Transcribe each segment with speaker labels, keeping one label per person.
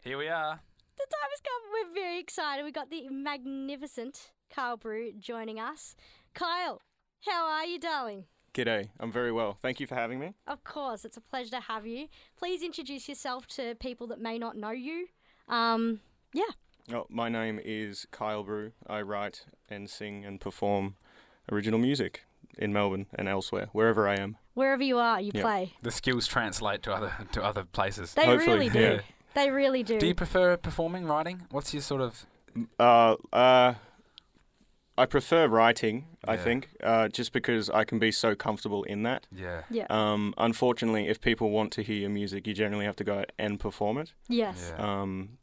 Speaker 1: Here we are.
Speaker 2: The time has come. We're very excited. We got the magnificent Kyle Brew joining us. Kyle, how are you, darling?
Speaker 3: G'day, I'm very well. Thank you for having me.
Speaker 2: Of course, it's a pleasure to have you. Please introduce yourself to people that may not know you. Um, yeah.
Speaker 3: Oh, my name is Kyle Brew. I write and sing and perform original music in Melbourne and elsewhere, wherever I am.
Speaker 2: Wherever you are, you
Speaker 3: Yeah.
Speaker 2: play.
Speaker 1: The skills translate to other to other places.
Speaker 2: They really
Speaker 3: Hopefully,
Speaker 2: do.
Speaker 3: yeah.
Speaker 2: They really do.
Speaker 1: Do you prefer performing, writing? What's your sort of
Speaker 3: Uh, uh, I prefer writing, I
Speaker 1: Yeah.
Speaker 3: think, uh, just because I can be so comfortable in that.
Speaker 1: yeah?
Speaker 2: yeah.
Speaker 3: Um, unfortunately, if people want to hear your music, you generally have to go out and perform it,
Speaker 2: yes.
Speaker 1: Yeah.
Speaker 3: um,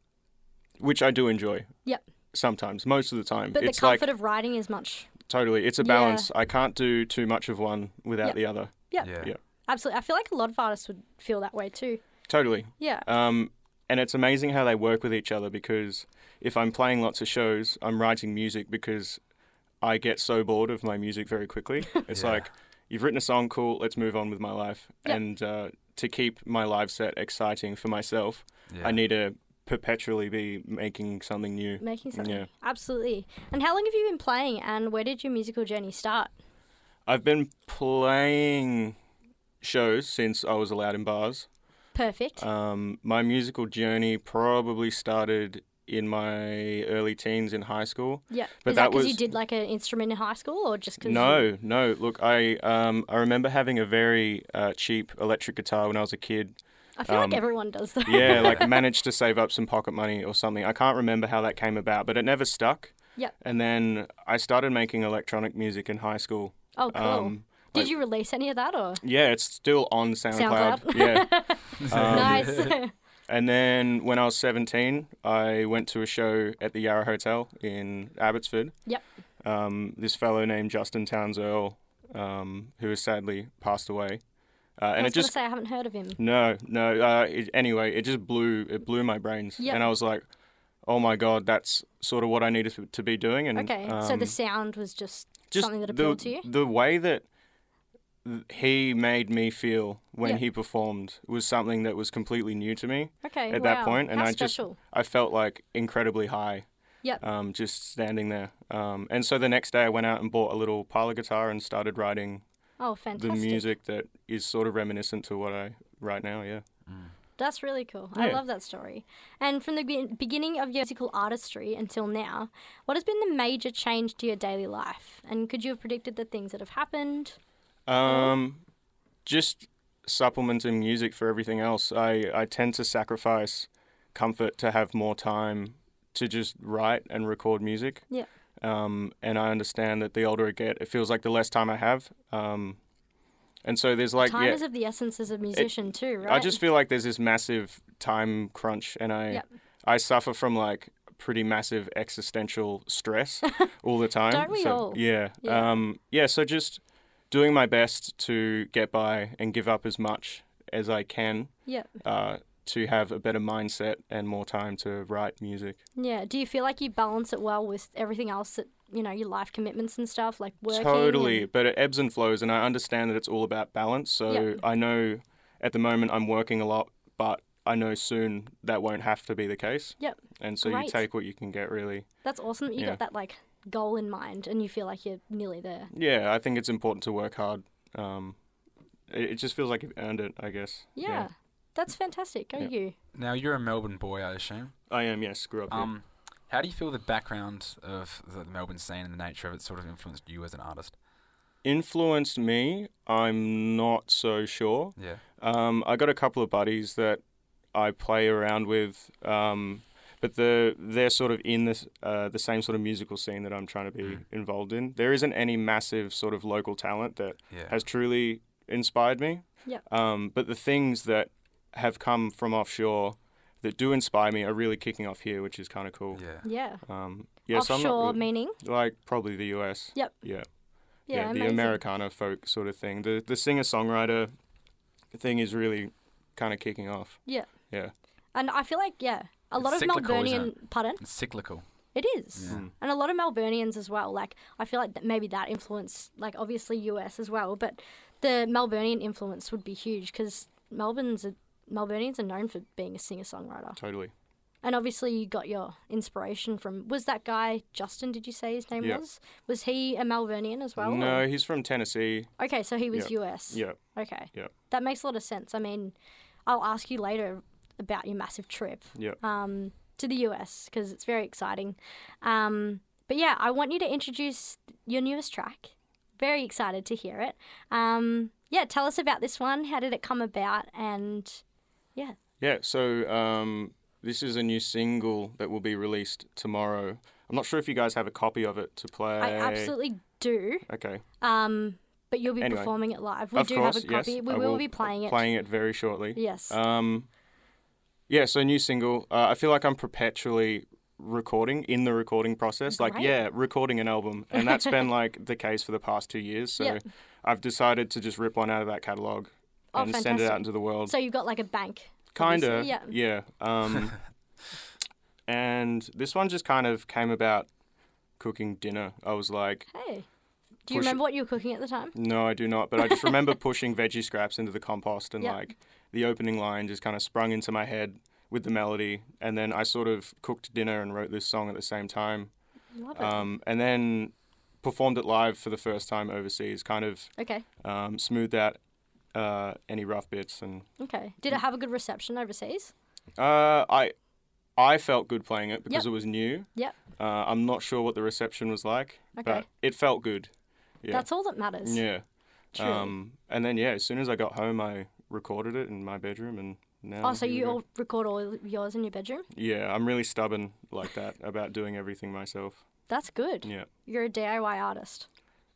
Speaker 3: which I do enjoy.
Speaker 2: Yep.
Speaker 3: Sometimes, most of the time.
Speaker 2: But
Speaker 3: it's
Speaker 2: the comfort
Speaker 3: like
Speaker 2: of writing is much.
Speaker 3: totally, it's a
Speaker 2: Yeah.
Speaker 3: balance. I can't do too much of one without
Speaker 2: Yep.
Speaker 3: the other.
Speaker 2: Yeah.
Speaker 1: Yeah.
Speaker 3: Yeah.
Speaker 2: Absolutely. I feel like a lot of artists would feel that way too.
Speaker 3: Totally.
Speaker 2: Yeah.
Speaker 3: Um, and it's amazing how they work with each other because if I'm playing lots of shows, I'm writing music because I get so bored of my music very quickly. It's
Speaker 1: Yeah.
Speaker 3: like, you've written a song, cool, let's move on with my life.
Speaker 2: Yep.
Speaker 3: And uh, to keep my live set exciting for myself,
Speaker 1: Yeah.
Speaker 3: I need to perpetually be making something new.
Speaker 2: Making something.
Speaker 3: Yeah.
Speaker 2: Absolutely. And how long have you been playing and where did your musical journey start?
Speaker 3: I've been playing shows since I was allowed in bars.
Speaker 2: Perfect.
Speaker 3: Um, my musical journey probably started in my early teens in high school.
Speaker 2: yeah.
Speaker 3: but
Speaker 2: is that
Speaker 3: that
Speaker 2: because you
Speaker 3: was-
Speaker 2: did like an instrument in high school or just because
Speaker 3: No, no. Look, I um, I remember having a very uh, cheap electric guitar when I was a kid.
Speaker 2: I feel
Speaker 3: um,
Speaker 2: like everyone does that.
Speaker 3: Yeah, like managed to save up some pocket money or something. I can't remember how that came about, but it never stuck.
Speaker 2: Yep.
Speaker 3: And then I started making electronic music in high school.
Speaker 2: Oh, cool.
Speaker 3: Um,
Speaker 2: did
Speaker 3: like-
Speaker 2: you release any of that or?
Speaker 3: Yeah, it's still on SoundCloud. yeah. Um,
Speaker 2: nice.
Speaker 3: And then when I was 17, I went to a show at the Yarra Hotel in Abbotsford.
Speaker 2: Yep.
Speaker 3: Um, this fellow named Justin Towns Earl, um, who has sadly passed away. Uh,
Speaker 2: I
Speaker 3: and
Speaker 2: was
Speaker 3: it just
Speaker 2: gonna say I haven't heard of him.
Speaker 3: No, no. Uh, it, anyway, it just blew it blew my brains,
Speaker 2: Yeah.
Speaker 3: and I was like, "Oh my god, that's sort of what I needed to- to be doing." And
Speaker 2: Okay, so the
Speaker 3: um,
Speaker 2: sound was just,
Speaker 3: just
Speaker 2: something that
Speaker 3: the-
Speaker 2: appealed to you.
Speaker 3: The way that th- he made me feel when
Speaker 2: Yeah.
Speaker 3: he performed was something that was completely new to me.
Speaker 2: Okay,
Speaker 3: at
Speaker 2: wow.
Speaker 3: that point, and
Speaker 2: How
Speaker 3: I just
Speaker 2: special.
Speaker 3: I felt like incredibly high.
Speaker 2: Yep.
Speaker 3: Um, just standing there. Um, and so the next day I went out and bought a little parlor guitar and started writing
Speaker 2: Oh, fantastic!
Speaker 3: the music that is sort of reminiscent to what I write now. Yeah.
Speaker 2: That's really cool. I
Speaker 3: Yeah.
Speaker 2: love that story. And from the be- beginning of your musical artistry until now, what has been the major change to your daily life? And could you have predicted the things that have happened?
Speaker 3: Um, just supplementing music for everything else. I I tend to sacrifice comfort to have more time to just write and record music.
Speaker 2: Yeah.
Speaker 3: Um, and I understand that the older I get, it feels like the less time I have. Um, and so there's like
Speaker 2: Time
Speaker 3: yeah,
Speaker 2: is of the essence as a musician too, right?
Speaker 3: I just feel like there's this massive time crunch, and I
Speaker 2: Yep.
Speaker 3: I suffer from like pretty massive existential stress all the time.
Speaker 2: Don't we
Speaker 3: so,
Speaker 2: all?
Speaker 3: Yeah.
Speaker 2: Yeah.
Speaker 3: Um, yeah. So just doing my best to get by and give up as much as I can
Speaker 2: yeah,
Speaker 3: uh, to have a better mindset and more time to write music.
Speaker 2: yeah. Do you feel like you balance it well with everything else that you know, your life commitments and stuff, like working?
Speaker 3: Totally,
Speaker 2: and-
Speaker 3: but it ebbs and flows, and I understand that it's all about balance. So
Speaker 2: Yep.
Speaker 3: I know at the moment I'm working a lot, but I know soon that won't have to be the case.
Speaker 2: Yep.
Speaker 3: And so
Speaker 2: Great.
Speaker 3: you take what you can get, really.
Speaker 2: That's awesome that you
Speaker 3: Yeah.
Speaker 2: got that like goal in mind, and you feel like you're nearly there.
Speaker 3: Yeah, I think it's important to work hard. Um, it, it just feels like you've earned it, I guess.
Speaker 2: Yeah, that's fantastic. Go
Speaker 3: Yeah.
Speaker 2: you.
Speaker 1: Now you're a Melbourne boy, I assume.
Speaker 3: I am. Yes, grew up
Speaker 1: Um, how do you feel the background of the Melbourne scene and the nature of it sort of influenced you as an artist?
Speaker 3: here. Influenced me. I'm not so sure.
Speaker 1: Yeah.
Speaker 3: Um, I got a couple of buddies that I play around with, um, but the they're sort of in this uh, the same sort of musical scene that I'm trying to be
Speaker 1: Mm.
Speaker 3: involved in. There isn't any massive sort of local talent that
Speaker 1: Yeah.
Speaker 3: has truly inspired me.
Speaker 2: Yep.
Speaker 3: Um, but the things that have come from offshore that do inspire me are really kicking off here, which is kind of cool.
Speaker 1: yeah.
Speaker 2: Yeah.
Speaker 3: Um, yeah, so
Speaker 2: Offshore
Speaker 3: I'm not really-
Speaker 2: meaning.
Speaker 3: like probably the US.
Speaker 2: Yep.
Speaker 3: Yeah.
Speaker 2: Yeah,
Speaker 3: the
Speaker 2: amazing.
Speaker 3: Americana folk sort of thing. The the singer songwriter thing is really kind of kicking off.
Speaker 2: Yeah.
Speaker 3: Yeah.
Speaker 2: And I feel like, yeah, a
Speaker 1: It's
Speaker 2: lot of
Speaker 1: cyclical, isn't
Speaker 2: Melburnian, pardon?
Speaker 1: It's cyclical.
Speaker 2: It is.
Speaker 1: Yeah.
Speaker 3: Mm.
Speaker 2: And a lot of Melburnians as well. Like, I feel like that maybe that influence, like, obviously US as well, but the Melburnian influence would be huge because Melbourne's a, Melburnians are known for being a singer songwriter.
Speaker 3: Totally.
Speaker 2: And obviously, you got your inspiration from was that guy Justin? Did you say his name
Speaker 3: Yeah.
Speaker 2: was? Was he a Malvernian as well? or-
Speaker 3: No, he's from Tennessee.
Speaker 2: Okay, so he was
Speaker 3: Yeah.
Speaker 2: US.
Speaker 3: Yeah.
Speaker 2: Okay.
Speaker 3: Yeah.
Speaker 2: That makes a lot of sense. I mean, I'll ask you later about your massive trip
Speaker 3: Yeah.
Speaker 2: um, to the US because it's very exciting. Um, but yeah, I want you to introduce your newest track. Very excited to hear it. Um, yeah, tell us about this one. How did it come about? And yeah,
Speaker 3: Yeah, so um, this is a new single that will be released tomorrow. I'm not sure if you guys have a copy of it to play.
Speaker 2: I absolutely do.
Speaker 3: Okay.
Speaker 2: Um, but you'll be
Speaker 3: Anyway.
Speaker 2: performing it live. We
Speaker 3: of
Speaker 2: do
Speaker 3: course,
Speaker 2: have a copy.
Speaker 3: yes.
Speaker 2: we
Speaker 3: I
Speaker 2: will, be playing it.
Speaker 3: Playing it very shortly.
Speaker 2: Yes.
Speaker 3: Um, yeah, so new single. Uh, I feel like I'm perpetually recording in the recording process. Like,
Speaker 2: Great.
Speaker 3: yeah, recording an album, and that's been like the case for the past two years. So
Speaker 2: Yep.
Speaker 3: I've decided to just rip one out of that catalog
Speaker 2: Oh,
Speaker 3: and send it
Speaker 2: fantastic.
Speaker 3: out into the world.
Speaker 2: so you've got like a bank.
Speaker 3: Kinda,
Speaker 2: obviously. Yeah.
Speaker 3: yeah. Um, and this one just kind of came about cooking dinner. I was like,
Speaker 2: Hey. Do you
Speaker 3: Push it.
Speaker 2: remember what you were cooking at the time?
Speaker 3: no, I do not. But I just remember pushing veggie scraps into the compost and
Speaker 2: Yep.
Speaker 3: like the opening line just kind of sprung into my head with the melody. And then I sort of cooked dinner and wrote this song at the same time.
Speaker 2: Love it.
Speaker 3: Um, and then performed it live for the first time overseas, kind of
Speaker 2: okay.
Speaker 3: um, smoothed out uh, any rough bits. And
Speaker 2: Okay. Did it have a good reception overseas?
Speaker 3: uh, I, I felt good playing it because
Speaker 2: Yep.
Speaker 3: it was new.
Speaker 2: Yep.
Speaker 3: Uh, I'm not sure what the reception was like, but
Speaker 2: Okay.
Speaker 3: it felt good. Yeah.
Speaker 2: That's all that matters.
Speaker 3: Yeah.
Speaker 2: Truly.
Speaker 3: Um, and then yeah, as soon as I got home, I recorded it in my bedroom, and now.
Speaker 2: oh, so
Speaker 3: here we
Speaker 2: you
Speaker 3: go.
Speaker 2: all record all yours in your bedroom?
Speaker 3: Yeah, I'm really stubborn like that about doing everything myself.
Speaker 2: That's good.
Speaker 3: Yeah.
Speaker 2: You're a DIY artist.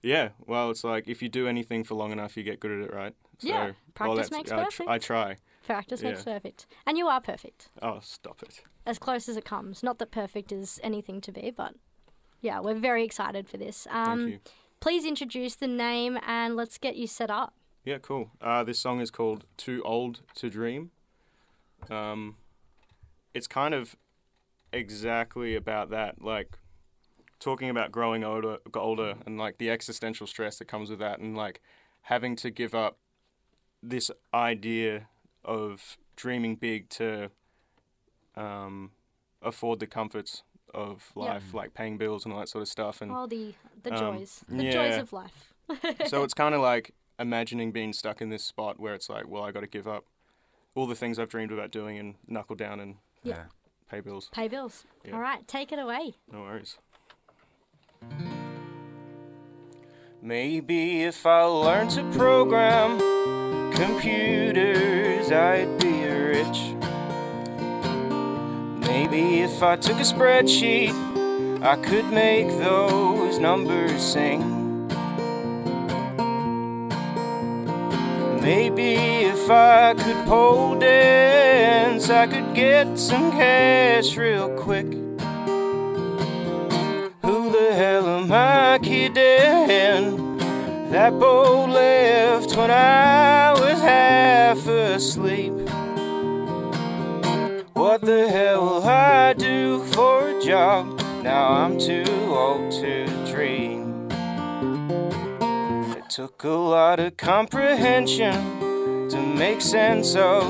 Speaker 3: Yeah. Well, it's like if you do anything for long enough, you get good at it, right? So,
Speaker 2: Yeah,
Speaker 3: well,
Speaker 2: practice
Speaker 3: that's-
Speaker 2: makes
Speaker 3: I, tr-
Speaker 2: perfect.
Speaker 3: I try.
Speaker 2: Practice makes
Speaker 3: Yeah.
Speaker 2: perfect. And you are perfect.
Speaker 3: Oh, stop it.
Speaker 2: As close as it comes. Not that perfect is anything to be, but yeah, we're very excited for this. Um,
Speaker 3: Thank you.
Speaker 2: Please introduce the name and let's get you set up.
Speaker 3: Yeah, cool. Uh, this song is called "Too Old to Dream." Um, it's kind of exactly about that, like talking about growing older, older, and like the existential stress that comes with that, and like having to give up this idea of dreaming big to um, afford the comforts of
Speaker 2: Yeah.
Speaker 3: life, like paying bills and all that sort of stuff, and
Speaker 2: All the the
Speaker 3: Um,
Speaker 2: joys, the joys
Speaker 3: yeah.
Speaker 2: of life.
Speaker 3: so it's kind of like imagining being stuck in this spot where it's like, well, I got to give up all the things I've dreamed about doing and knuckle down and
Speaker 2: Yeah.
Speaker 1: Yeah.
Speaker 3: pay bills.
Speaker 2: Pay bills.
Speaker 3: Yeah.
Speaker 2: All right, take it away.
Speaker 3: No worries. Maybe if I learned to program computers, I'd be rich. Maybe if I took a spreadsheet, I could make those numbers sing. Maybe if I could pole dance, I could get some cash real quick. Who the hell am I kidding? That boat left when I was half asleep. What the hell will I do for a job? Now I'm too old to dream. It took a lot of comprehension to make sense of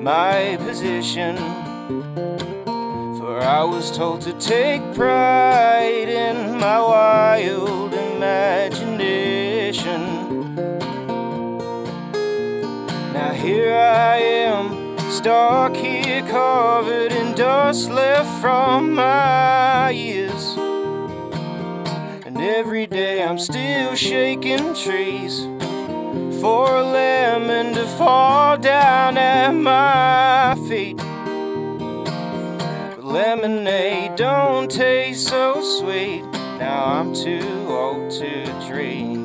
Speaker 3: my position. For I was told to take pride in my wild imagination. Now here I am, stark here, covered in dust left from my years. And every day I'm still shaking trees for a lemon to fall down at my feet. But lemonade don't taste so sweet. Now I'm too old to dream.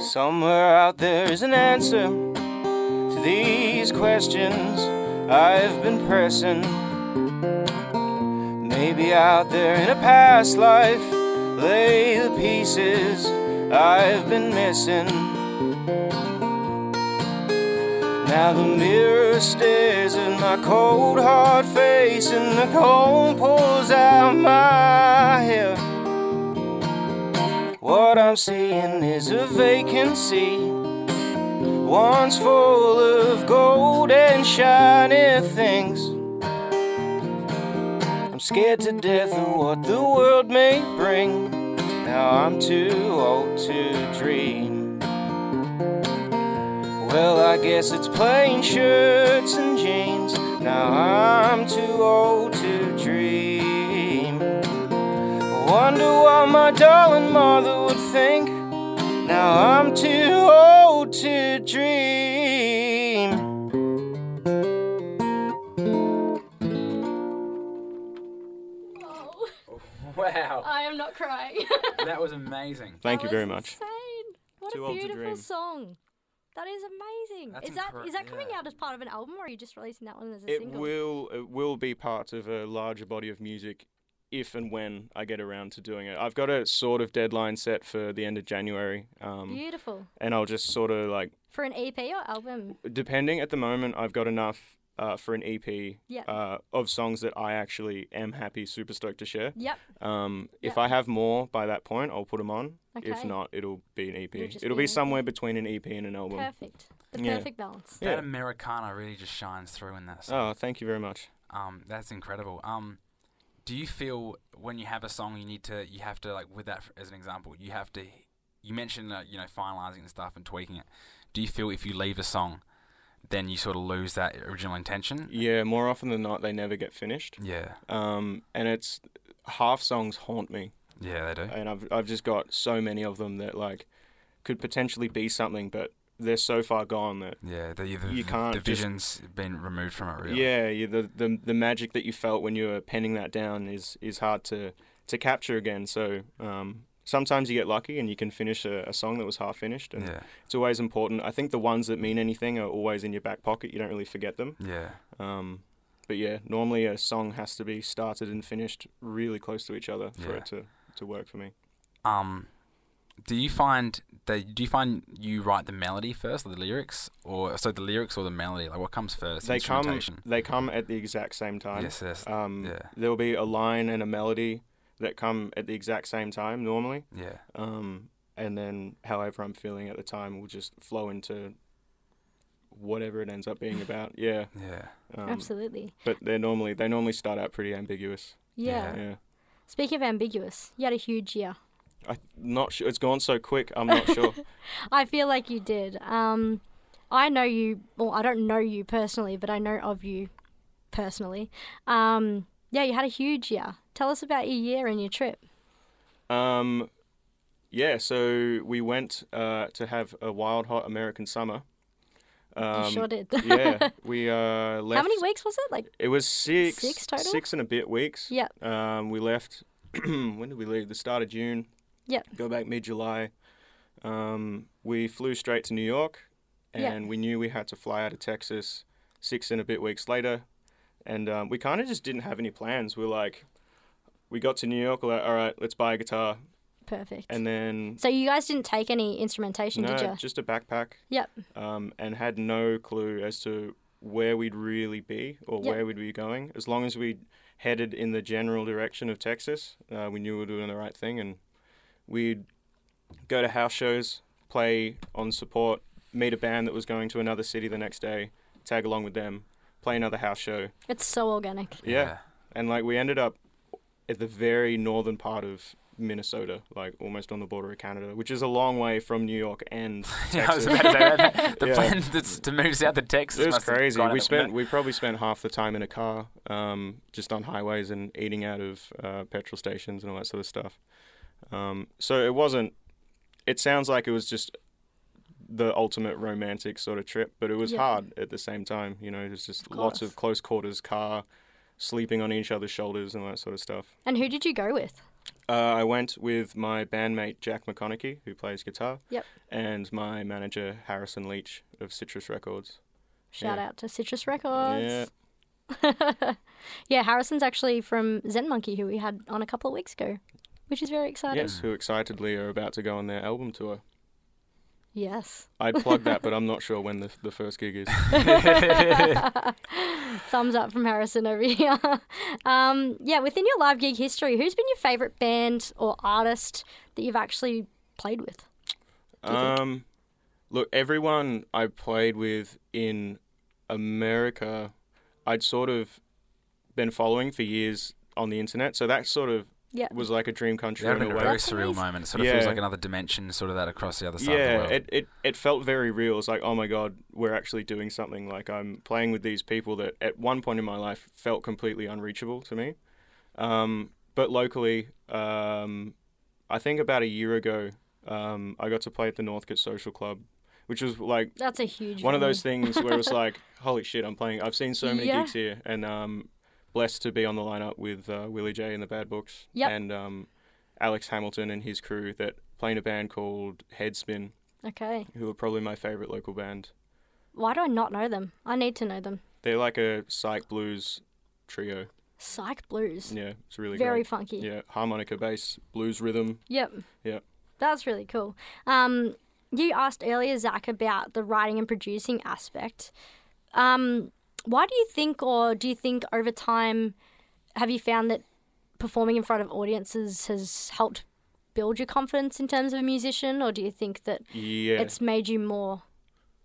Speaker 3: Somewhere out there is an answer to these questions I've been pressing. Maybe out there in a past life lay the pieces I've been missing.
Speaker 4: Now the mirror stares at my cold hard face, and the comb pulls out my hair. What I'm seeing is a vacancy, one's full of gold and shiny things. I'm scared to death of what the world may bring. Now I'm too old to dream. Well, I guess it's plain shirts and jeans. Now I'm too old to dream. Wonder what my darling mother would think. Now I'm too old to dream.
Speaker 2: Oh,
Speaker 1: Wow,
Speaker 2: I am not crying.
Speaker 1: that was amazing.
Speaker 3: Thank you
Speaker 2: That
Speaker 3: very
Speaker 2: was
Speaker 3: much.
Speaker 2: Insane. What
Speaker 3: Too
Speaker 2: a
Speaker 3: Old to
Speaker 2: beautiful
Speaker 3: Dream.
Speaker 2: song. That is amazing.
Speaker 1: That's
Speaker 2: is that
Speaker 1: incre-
Speaker 2: is that coming
Speaker 1: yeah.
Speaker 2: out as part of an album, or are you just releasing that one as a
Speaker 3: It
Speaker 2: single?
Speaker 3: will it will be part of a larger body of music if and when I get around to doing it. I've got a sort of deadline set for the end of January. Um,
Speaker 2: Beautiful
Speaker 3: and I'll just sort of like
Speaker 2: for an EP or album.
Speaker 3: depending at the moment I've got enough uh, for an EP
Speaker 2: Yeah.
Speaker 3: uh, of songs that I actually am happy super stoked to share.
Speaker 2: Yep.
Speaker 3: Um, If
Speaker 2: Yeah.
Speaker 3: I have more by that point, I'll put them on. If
Speaker 2: Okay.
Speaker 3: not, it'll be an EP.
Speaker 2: It'll just
Speaker 3: It'll
Speaker 2: be
Speaker 3: be,
Speaker 2: an EP.
Speaker 3: somewhere between an EP and an album.
Speaker 2: Perfect. The
Speaker 3: Yeah.
Speaker 2: perfect balance.
Speaker 1: That
Speaker 3: Yeah.
Speaker 1: Americana really just shines through in this.
Speaker 3: Oh, thank you very much.
Speaker 1: Um, that's incredible. Um, do you feel when you have a song, you need to, you have to like with that f- as an example, you have to, you mentioned uh, you know finalizing and stuff and tweaking it. Do you feel if you leave a song, then you sort of lose that original intention?
Speaker 3: Yeah, more often than not, they never get finished.
Speaker 1: Yeah,
Speaker 3: Um, and it's half songs haunt me,
Speaker 1: yeah, they do.
Speaker 3: and I've I've just got so many of them that like could potentially be something, but they're so far gone that
Speaker 1: Yeah, the, the,
Speaker 3: You
Speaker 1: the-
Speaker 3: can't
Speaker 1: the
Speaker 3: just-
Speaker 1: vision's been removed from it. Really.
Speaker 3: yeah, you, the, the the magic that you felt when you were penning that down is is hard to to capture again. So um, sometimes you get lucky and you can finish a, a song that was half finished, and
Speaker 1: Yeah,
Speaker 3: it's always important. I think the ones that mean anything are always in your back pocket. You don't really forget them.
Speaker 1: yeah.
Speaker 3: Um, but yeah, normally a song has to be started and finished really close to each other for
Speaker 1: Yeah.
Speaker 3: it to, to work for me.
Speaker 1: Um, do you find that do you find you write the melody first, or the lyrics, or so the lyrics or the melody? Like what comes first?
Speaker 3: They come
Speaker 1: Instrumentation.
Speaker 3: they come at the exact same time.
Speaker 1: Yes, yes,
Speaker 3: Um,
Speaker 1: yeah.
Speaker 3: There will be a line and a melody that come at the exact same time normally,
Speaker 1: yeah.
Speaker 3: um, and then however I'm feeling at the time will just flow into whatever it ends up being about. Yeah,
Speaker 1: Yeah.
Speaker 3: um,
Speaker 2: Absolutely.
Speaker 3: But they're normally they normally start out pretty ambiguous.
Speaker 2: Yeah.
Speaker 3: Yeah,
Speaker 2: Speaking of ambiguous, you had a huge year.
Speaker 3: I not sure. It's gone so quick. I'm not sure.
Speaker 2: I feel like you did. Um, I know you. Well, I don't know you personally, but I know of you personally. Um, yeah, you had a huge year. Tell us about your year and your trip.
Speaker 3: Um, yeah, so we went uh, to have a wild, hot American summer. Um,
Speaker 2: you sure did.
Speaker 3: yeah, we uh, left.
Speaker 2: How many weeks was it? Like,
Speaker 3: It was six,
Speaker 2: Six total?
Speaker 3: six and a bit weeks.
Speaker 2: yep,
Speaker 3: Um, we left. when did we leave? The start of June.
Speaker 2: Yep.
Speaker 3: Go back mid July. Um, we flew straight to New York, and
Speaker 2: Yeah.
Speaker 3: we knew we had to fly out of Texas six and a bit weeks later. And um, we kind of just didn't have any plans. We were like, we got to New York. We're like, all right, let's buy a guitar,
Speaker 2: perfect.
Speaker 3: and then
Speaker 2: so you guys didn't take any instrumentation,
Speaker 3: no,
Speaker 2: did you?
Speaker 3: just a backpack.
Speaker 2: Yep.
Speaker 3: Um, and had no clue as to where we'd really be or
Speaker 2: Yep.
Speaker 3: where we'd be going. As long as we headed in the general direction of Texas, uh, we knew we were doing the right thing, and we'd go to house shows, play on support, meet a band that was going to another city the next day, tag along with them, play another house show.
Speaker 2: It's so organic.
Speaker 3: yeah and like we ended up at the very northern part of Minnesota, like almost on the border of Canada, which is a long way from New York. And
Speaker 1: Yeah, I was about to say that. The
Speaker 3: Yeah.
Speaker 1: plan that's to move south to Texas.
Speaker 3: it was
Speaker 1: must have
Speaker 3: crazy.
Speaker 1: gone
Speaker 3: We
Speaker 1: out-
Speaker 3: spent we probably spent half the time in a car, um, just on highways and eating out of uh, petrol stations and all that sort of stuff. Um, so it wasn't. It sounds like it was just the ultimate romantic sort of trip, but it was
Speaker 2: Yeah.
Speaker 3: hard at the same time. You know, it was just
Speaker 2: Of
Speaker 3: lots
Speaker 2: course.
Speaker 3: of close quarters car, sleeping on each other's shoulders and all that sort of stuff.
Speaker 2: And who did you go with?
Speaker 3: Uh, I went with my bandmate Jack McConaughey, who plays guitar.
Speaker 2: Yep.
Speaker 3: And my manager Harrison Leach of Citrus Records.
Speaker 2: Shout
Speaker 3: Yeah.
Speaker 2: out to Citrus Records. Yeah. yeah, Harrison's actually from Zen Monkey, who we had on a couple of weeks ago, which is very exciting.
Speaker 3: Yes, who excitedly are about to go on their album tour.
Speaker 2: Yes.
Speaker 3: I'd plug that, but I'm not sure when the, the first gig is.
Speaker 2: Thumbs up from Harrison over here. Um, yeah, within your live gig history, who's been your favourite band or artist that you've actually played with?
Speaker 3: Um, look, everyone I played with in America, I'd sort of been following for years on the internet, so that sort of
Speaker 2: Yeah.
Speaker 3: was like a dream come true
Speaker 1: That would
Speaker 3: in
Speaker 1: have been a
Speaker 3: a way.
Speaker 1: very
Speaker 2: That's
Speaker 1: surreal
Speaker 2: amazing.
Speaker 1: moment. It sort of feels
Speaker 3: Yeah.
Speaker 1: like another dimension, sort of that across the other side of the
Speaker 3: yeah,
Speaker 1: world.
Speaker 3: it, it it felt very real. It's like, oh my god, we're actually doing something. Like I'm playing with these people that at one point in my life felt completely unreachable to me. Um, but locally, um, I think about a year ago, um, I got to play at the Northcote Social Club, which was like
Speaker 2: That's a huge
Speaker 3: one of
Speaker 2: venue.
Speaker 3: those things where it's like, holy shit, I'm playing. I've seen so many
Speaker 2: Yeah.
Speaker 3: gigs here, and um, blessed to be on the lineup with uh, Willie J and the Bad Books,
Speaker 2: Yep.
Speaker 3: and um, Alex Hamilton and his crew that play in a band called Headspin,
Speaker 2: Okay.
Speaker 3: who are probably my favorite local band.
Speaker 2: Why do I not know them? I need to know them.
Speaker 3: They're like a psych blues trio.
Speaker 2: Psych Blues.
Speaker 3: Yeah, it's really
Speaker 2: Very
Speaker 3: great.
Speaker 2: funky.
Speaker 3: Yeah, harmonica bass, blues rhythm.
Speaker 2: Yep.
Speaker 3: Yep.
Speaker 2: That's really cool. Um, you asked earlier, Zach, about the writing and producing aspect. Um, why do you think, or do you think over time, have you found that performing in front of audiences has helped build your confidence in terms of a musician, or do you think that
Speaker 3: Yeah.
Speaker 2: it's made you more,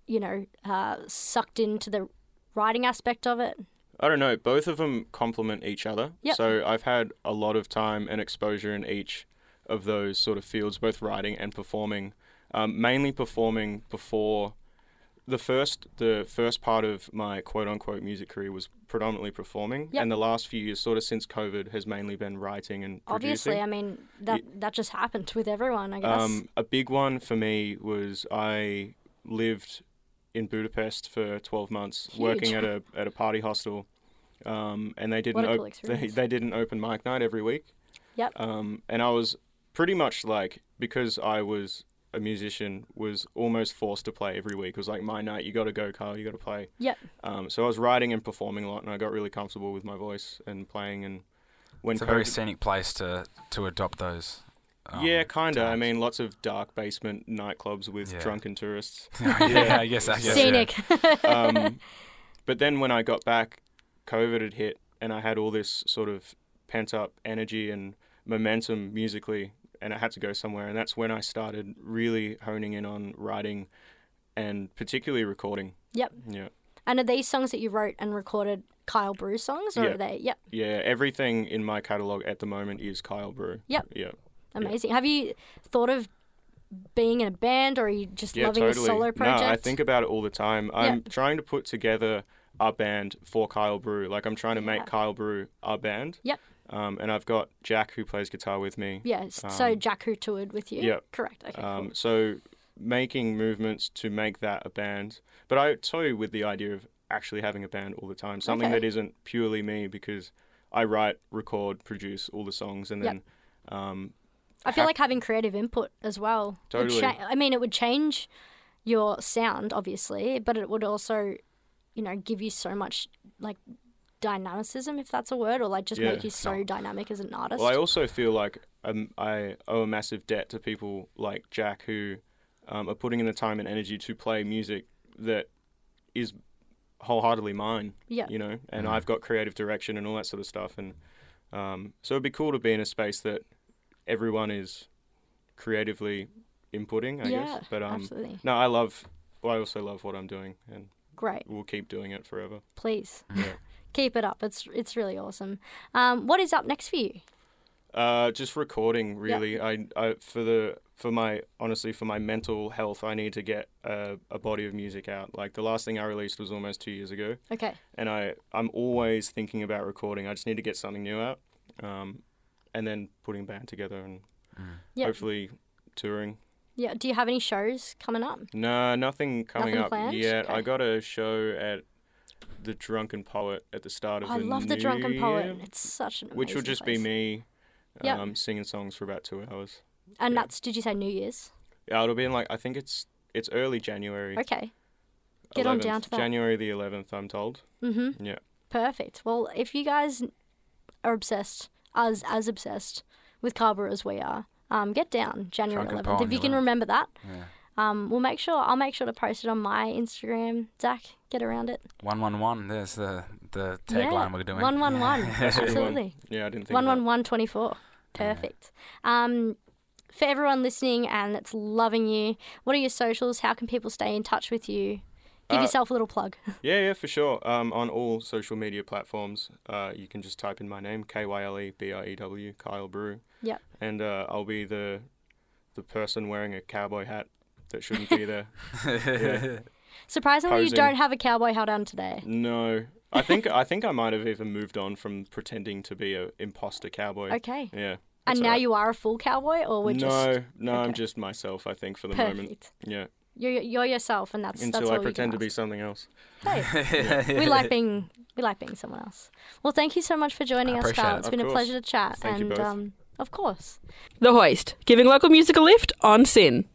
Speaker 2: you know, uh, sucked into the writing aspect of it?
Speaker 3: I don't know. Both of them complement each other.
Speaker 2: Yep.
Speaker 3: So I've had a lot of time and exposure in each of those sort of fields, both writing and performing. Um, mainly performing before the first the first part of my quote unquote music career was predominantly performing,
Speaker 2: Yep.
Speaker 3: and the last few years, sort of since COVID, has mainly been writing and producing.
Speaker 2: Obviously, I mean that that just happened with everyone, I guess.
Speaker 3: Um, a big one for me was I lived in Budapest for 12 months, working
Speaker 2: Huge.
Speaker 3: at a at a party hostel, um, and they didn't
Speaker 2: What a
Speaker 3: op-
Speaker 2: cool
Speaker 3: they,
Speaker 2: experience.
Speaker 3: they did an open mic night every week.
Speaker 2: Yep.
Speaker 3: Um, and I was pretty much like because I was a musician was almost forced to play every week. It was like my night. You got to go, Carl. You got to play.
Speaker 2: Yep.
Speaker 3: Um, so I was writing and performing a lot, and I got really comfortable with my voice and playing. And when
Speaker 1: It's a very
Speaker 3: COVID
Speaker 1: scenic place to to adopt those. um,
Speaker 3: yeah, kind of. I
Speaker 1: times.
Speaker 3: mean, lots of dark basement nightclubs with
Speaker 1: Yeah.
Speaker 3: drunken tourists.
Speaker 1: yeah, I guess. I guess yeah.
Speaker 2: Scenic.
Speaker 3: Um, but then when I got back, COVID had hit, and I had all this sort of pent up energy and momentum musically, and I had to go somewhere. And that's when I started really honing in on writing and particularly recording.
Speaker 2: Yep.
Speaker 3: Yeah.
Speaker 2: And are these songs that you wrote and recorded Kyle Brew songs, or
Speaker 3: Yeah.
Speaker 2: are they? Yep,
Speaker 3: Yeah. Everything in my catalogue at the moment is Kyle Brew.
Speaker 2: Yep.
Speaker 3: Yeah.
Speaker 2: amazing. Have you thought of being in a band, or are you just
Speaker 3: Yeah,
Speaker 2: loving the
Speaker 3: totally.
Speaker 2: solo project?
Speaker 3: No, I think about it all the time. I'm
Speaker 2: Yep.
Speaker 3: trying to put together a band for Kyle Brew. Like I'm trying to
Speaker 2: Yeah.
Speaker 3: make Kyle Brew a band.
Speaker 2: Yep.
Speaker 3: Um, and I've got Jack who plays guitar with me.
Speaker 2: Yeah. s- so
Speaker 3: um,
Speaker 2: Jack who toured with you.
Speaker 3: yep.
Speaker 2: Correct. Okay.
Speaker 3: Um,
Speaker 2: cool.
Speaker 3: so making movements to make that a band. But I toy with the idea of actually having a band all the time. Something
Speaker 2: Okay.
Speaker 3: that isn't purely me because I write, record, produce all the songs and
Speaker 2: Yep.
Speaker 3: then um,
Speaker 2: I feel
Speaker 3: ha-
Speaker 2: like having creative input as well. would
Speaker 3: Totally.
Speaker 2: cha- I mean, it would change your sound, obviously, but it would also, you know, give you so much like dynamicism, if that's a word, or like just
Speaker 3: Yeah,
Speaker 2: make you so
Speaker 1: no.
Speaker 2: dynamic as an artist.
Speaker 3: Well, I also feel like um, I owe a massive debt to people like Jack who um, are putting in the time and energy to play music that is wholeheartedly mine.
Speaker 2: Yeah.
Speaker 3: You know, and I've got creative direction and all that sort of stuff, and um, so it'd be cool to be in a space that everyone is creatively inputting. I
Speaker 2: yeah.
Speaker 3: guess, but um,
Speaker 2: absolutely.
Speaker 3: no, I love. Well, I also love what I'm doing, and
Speaker 2: Great.
Speaker 3: we'll keep doing it forever.
Speaker 2: Please.
Speaker 3: Yeah.
Speaker 2: Keep it up. It's it's really awesome. Um, what is up next for you?
Speaker 3: Uh, just recording really. I, I for the for my honestly for my mental health, I need to get a, a body of music out. Like the last thing I released was almost two years ago,
Speaker 2: Okay.
Speaker 3: and I I'm always thinking about recording. I just need to get something new out, um, and then putting a band together and
Speaker 2: Yep.
Speaker 3: hopefully touring.
Speaker 2: Yeah. Do you have any shows coming up?
Speaker 3: No, nothing coming
Speaker 2: Nothing
Speaker 3: up
Speaker 2: planned?
Speaker 3: yet. I
Speaker 2: Okay.
Speaker 3: got a show at the Drunken Poet at the start of
Speaker 2: I
Speaker 3: the
Speaker 2: love the
Speaker 3: new
Speaker 2: Drunken
Speaker 3: year,
Speaker 2: Poet. It's such an amazing
Speaker 3: which will just be
Speaker 2: place.
Speaker 3: me.
Speaker 2: Yep.
Speaker 3: Um, singing songs for about two hours.
Speaker 2: And
Speaker 3: yeah.
Speaker 2: that's did you say New Year's?
Speaker 3: Yeah, it'll be in like I think it's it's early January.
Speaker 2: Okay. Get on
Speaker 3: 11th.
Speaker 2: down to that.
Speaker 3: January the eleventh, I'm told.
Speaker 2: Mhm.
Speaker 3: Yeah.
Speaker 2: Perfect. Well, if you guys are obsessed, as as obsessed with Carver as we are, um, get down January
Speaker 1: Drunken Poet
Speaker 2: eleventh.
Speaker 1: on
Speaker 2: If you
Speaker 1: the
Speaker 2: can
Speaker 1: 11th.
Speaker 2: remember that.
Speaker 1: Yeah.
Speaker 2: Um, we'll make sure I'll make sure to post it on my Instagram. Zach, get around it.
Speaker 1: One one one. There's the the
Speaker 2: Yeah,
Speaker 1: tagline we're doing.
Speaker 2: One one one.
Speaker 1: Yeah.
Speaker 3: a good one.
Speaker 2: Absolutely.
Speaker 3: Yeah, I didn't think.
Speaker 2: One
Speaker 3: about
Speaker 2: one one twenty four. Perfect. Um, for everyone listening and that's loving you, what are your socials? How can people stay in touch with you? Give
Speaker 3: Uh,
Speaker 2: yourself a little plug.
Speaker 3: Yeah, yeah, for sure. Um, on all social media platforms, uh, you can just type in my name, K Y L E B R E W, Kyle Brew.
Speaker 2: Yep.
Speaker 3: And uh, I'll be the the person wearing a cowboy hat that shouldn't be there. Yeah.
Speaker 2: Surprisingly, you
Speaker 3: posing.
Speaker 2: don't have a cowboy hat on today.
Speaker 3: No, I think I think I might have even moved on from pretending to be a imposter cowboy.
Speaker 2: Okay.
Speaker 3: Yeah.
Speaker 2: and
Speaker 3: that's
Speaker 2: now
Speaker 3: all right.
Speaker 2: you are a full cowboy, or we're
Speaker 3: no,
Speaker 2: just
Speaker 3: no, I'm
Speaker 2: okay.
Speaker 3: just myself. I think for the
Speaker 2: perfect.
Speaker 3: moment. Yeah.
Speaker 2: You're, you're yourself, and that's that's
Speaker 3: Until
Speaker 2: all
Speaker 3: I
Speaker 2: we
Speaker 3: pretend to
Speaker 2: can
Speaker 3: be something else.
Speaker 2: ask. Hey, we like being we like being someone else. Well, thank you so much for joining
Speaker 1: I
Speaker 2: us,
Speaker 1: appreciate
Speaker 2: Carl.
Speaker 1: it.
Speaker 2: It's
Speaker 3: Of
Speaker 2: been a
Speaker 3: course.
Speaker 2: pleasure to chat,
Speaker 3: Thank you
Speaker 2: and
Speaker 3: both.
Speaker 2: um, of course.
Speaker 5: The Hoist, giving local music a lift on Sin.